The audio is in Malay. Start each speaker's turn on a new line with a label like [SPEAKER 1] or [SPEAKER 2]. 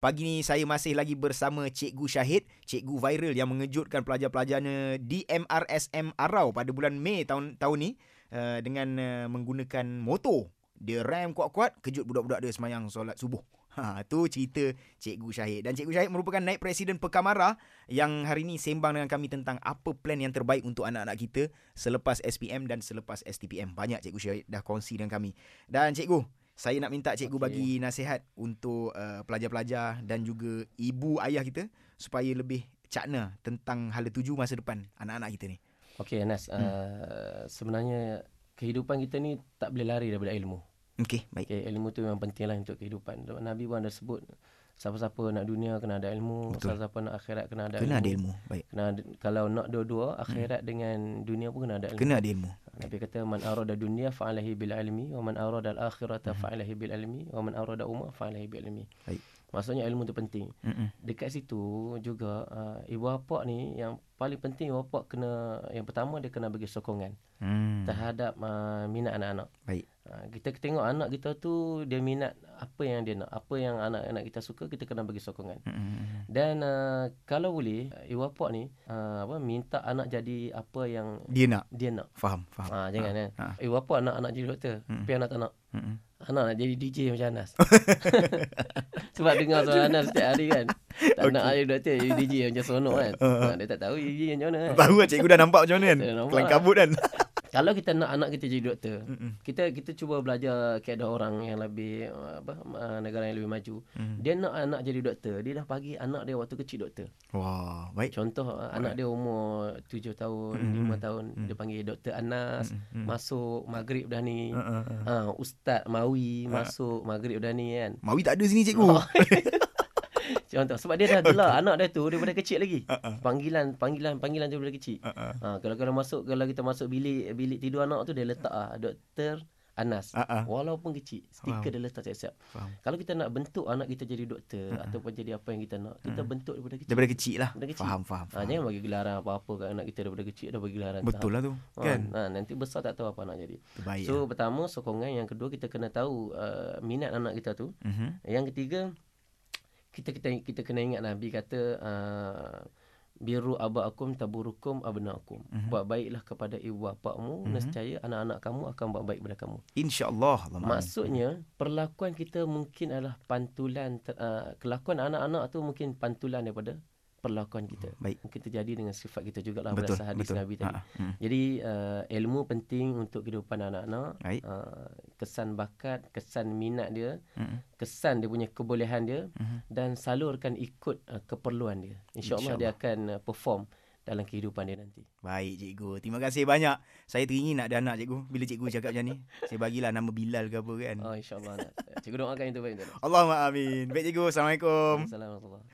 [SPEAKER 1] Pagi ni saya masih lagi bersama Cikgu Syahid, cikgu viral yang mengejutkan pelajar-pelajarnya di MRSM Arau pada bulan Mei tahun tahun ni uh, dengan uh, menggunakan motor. Dia rem kuat-kuat, kejut budak-budak dia semayang solat subuh. Ha, tu cerita Cikgu Syahid. Dan Cikgu Syahid merupakan naib presiden Pekamara yang hari ini sembang dengan kami tentang apa plan yang terbaik untuk anak-anak kita selepas SPM dan selepas STPM. Banyak Cikgu Syahid dah kongsi dengan kami. Dan Cikgu, saya nak minta Cikgu okay.
[SPEAKER 2] Okey.
[SPEAKER 1] bagi nasihat untuk uh, pelajar-pelajar dan juga ibu ayah kita supaya lebih cakna tentang hala tuju masa depan anak-anak kita ni.
[SPEAKER 2] Okey Anas, hmm. uh, sebenarnya kehidupan kita ni tak boleh lari daripada ilmu.
[SPEAKER 1] Okey, baik.
[SPEAKER 2] Okey, ilmu tu memang penting lah untuk kehidupan. Sebab Nabi pun ada sebut siapa-siapa nak dunia kena ada ilmu,
[SPEAKER 1] Betul.
[SPEAKER 2] siapa-siapa nak akhirat kena ada
[SPEAKER 1] Kena
[SPEAKER 2] ilmu.
[SPEAKER 1] ada ilmu. Baik.
[SPEAKER 2] Kena ada, kalau nak dua-dua, akhirat dengan dunia pun kena ada ilmu.
[SPEAKER 1] Kena ada ilmu.
[SPEAKER 2] Nabi kata man arada dunia fa'alahi bil ilmi wa man arada al akhirata fa'alahi bil ilmi wa man arada umma fa'alahi bil ilmi.
[SPEAKER 1] Hmm. Baik.
[SPEAKER 2] Maksudnya ilmu tu penting.
[SPEAKER 1] Mm-mm.
[SPEAKER 2] dekat situ juga uh, ibu bapa ni yang paling penting ibu bapa kena yang pertama dia kena bagi sokongan
[SPEAKER 1] Hmm.
[SPEAKER 2] hmm. terhadap uh, minat anak-anak.
[SPEAKER 1] Baik.
[SPEAKER 2] Uh, kita tengok anak kita tu dia minat apa yang dia nak, apa yang anak-anak kita suka kita kena bagi sokongan.
[SPEAKER 1] Mm-mm.
[SPEAKER 2] Dan uh, kalau boleh uh, ibu bapa ni uh, apa minta anak jadi apa yang
[SPEAKER 1] Dia nak
[SPEAKER 2] dia nak.
[SPEAKER 1] faham, faham.
[SPEAKER 2] Ha, jangan kan.
[SPEAKER 1] ha.
[SPEAKER 2] Ibu bapa nak anak jadi doktor,
[SPEAKER 1] Hmm.
[SPEAKER 2] hmm. tapi anak tak nak.
[SPEAKER 1] Mm-mm.
[SPEAKER 2] Anak nak jadi DJ macam Anas Sebab dengar suara Anas setiap hari kan Tak
[SPEAKER 1] Okey.
[SPEAKER 2] nak ayo doktor jadi DJ macam seronok kan
[SPEAKER 1] Uh, uh.
[SPEAKER 2] ha, Dia tak tahu DJ yang macam mana kan
[SPEAKER 1] Tahu lah cikgu dah nampak macam mana kan?
[SPEAKER 2] Dah nampak
[SPEAKER 1] Kelang
[SPEAKER 2] lah.
[SPEAKER 1] kabut kan?
[SPEAKER 2] Kalau kita nak anak kita jadi doktor
[SPEAKER 1] Mm-mm.
[SPEAKER 2] Kita kita cuba belajar keadaan orang yang lebih uh, apa uh, negara yang lebih maju
[SPEAKER 1] Mm.
[SPEAKER 2] Dia nak anak jadi doktor Dia dah bagi anak dia waktu kecil doktor
[SPEAKER 1] Wah, baik.
[SPEAKER 2] Contoh uh, anak dia umur 7 tahun,
[SPEAKER 1] Mm,
[SPEAKER 2] lima
[SPEAKER 1] mm,
[SPEAKER 2] 5 tahun Dia panggil doktor Anas
[SPEAKER 1] Mm-mm.
[SPEAKER 2] Masuk maghrib dah ni
[SPEAKER 1] Mm-hmm. Uh, uh, uh.
[SPEAKER 2] ha, Ustaz Mawi
[SPEAKER 1] Ah.
[SPEAKER 2] masuk maghrib dah ni kan
[SPEAKER 1] Mawi tak ada sini cikgu.
[SPEAKER 2] Contoh sebab dia dah gelar anak dia tu daripada kecil lagi.
[SPEAKER 1] Ah, ah.
[SPEAKER 2] Panggilan panggilan panggilan tu daripada kecil.
[SPEAKER 1] Uh, uh.
[SPEAKER 2] Ha, kalau kalau masuk kalau kita masuk bilik bilik tidur anak tu dia letak ah doktor Anas.
[SPEAKER 1] Ah, ah.
[SPEAKER 2] Walaupun kecil, stiker
[SPEAKER 1] Faham.
[SPEAKER 2] dia letak siap-siap.
[SPEAKER 1] Faham.
[SPEAKER 2] Kalau kita nak bentuk anak kita jadi doktor ataupun jadi apa yang kita nak, kita bentuk daripada kecil.
[SPEAKER 1] Daripada kecil lah.
[SPEAKER 2] Daripada kecil.
[SPEAKER 1] Faham, faham.
[SPEAKER 2] Ha,
[SPEAKER 1] faham.
[SPEAKER 2] jangan bagi gelaran apa-apa kat anak kita daripada kecil dah bagi gelaran.
[SPEAKER 1] Betul lah tu.
[SPEAKER 2] Ha,
[SPEAKER 1] Kan? Ah,
[SPEAKER 2] Ha, nanti besar tak tahu apa nak jadi.
[SPEAKER 1] Terbaik.
[SPEAKER 2] So pertama sokongan, yang kedua kita kena tahu uh, minat anak kita tu.
[SPEAKER 1] Mhm.
[SPEAKER 2] Yang ketiga kita kita kita kena ingat Nabi kata uh, biru abaakum taburukum abnaakum.
[SPEAKER 1] Mhm.
[SPEAKER 2] Buat baiklah kepada ibu bapakmu,
[SPEAKER 1] Mhm.
[SPEAKER 2] nescaya anak-anak kamu akan buat baik pada kamu.
[SPEAKER 1] InsyaAllah. Allah Amin.
[SPEAKER 2] Maksudnya, perlakuan kita mungkin adalah pantulan ter, uh, kelakuan anak-anak tu mungkin pantulan daripada perlakuan kita.
[SPEAKER 1] Baik.
[SPEAKER 2] Mungkin terjadi dengan sifat kita jugalah
[SPEAKER 1] Betul.
[SPEAKER 2] berdasar hadis
[SPEAKER 1] betul.
[SPEAKER 2] Nabi tadi.
[SPEAKER 1] Ha, ha. Hmm.
[SPEAKER 2] Jadi uh, ilmu penting untuk kehidupan anak-anak.
[SPEAKER 1] Baik.
[SPEAKER 2] Uh, kesan bakat, kesan minat dia,
[SPEAKER 1] Mm-mm.
[SPEAKER 2] kesan dia punya kebolehan dia
[SPEAKER 1] Mhm.
[SPEAKER 2] dan salurkan ikut uh, keperluan dia. InsyaAllah
[SPEAKER 1] InsyaAllah.
[SPEAKER 2] dia akan uh, perform dalam kehidupan dia nanti.
[SPEAKER 1] Baik cikgu Terima kasih banyak Saya teringin nak ada anak cikgu Bila cikgu cakap macam ni Saya bagilah nama Bilal ke apa kan
[SPEAKER 2] Ah, Oh, InsyaAllah. Nak. Cikgu doakan yang terbaik untuk dia.
[SPEAKER 1] Allahumma amin Baik cikgu Assalamualaikum
[SPEAKER 2] Assalamualaikum.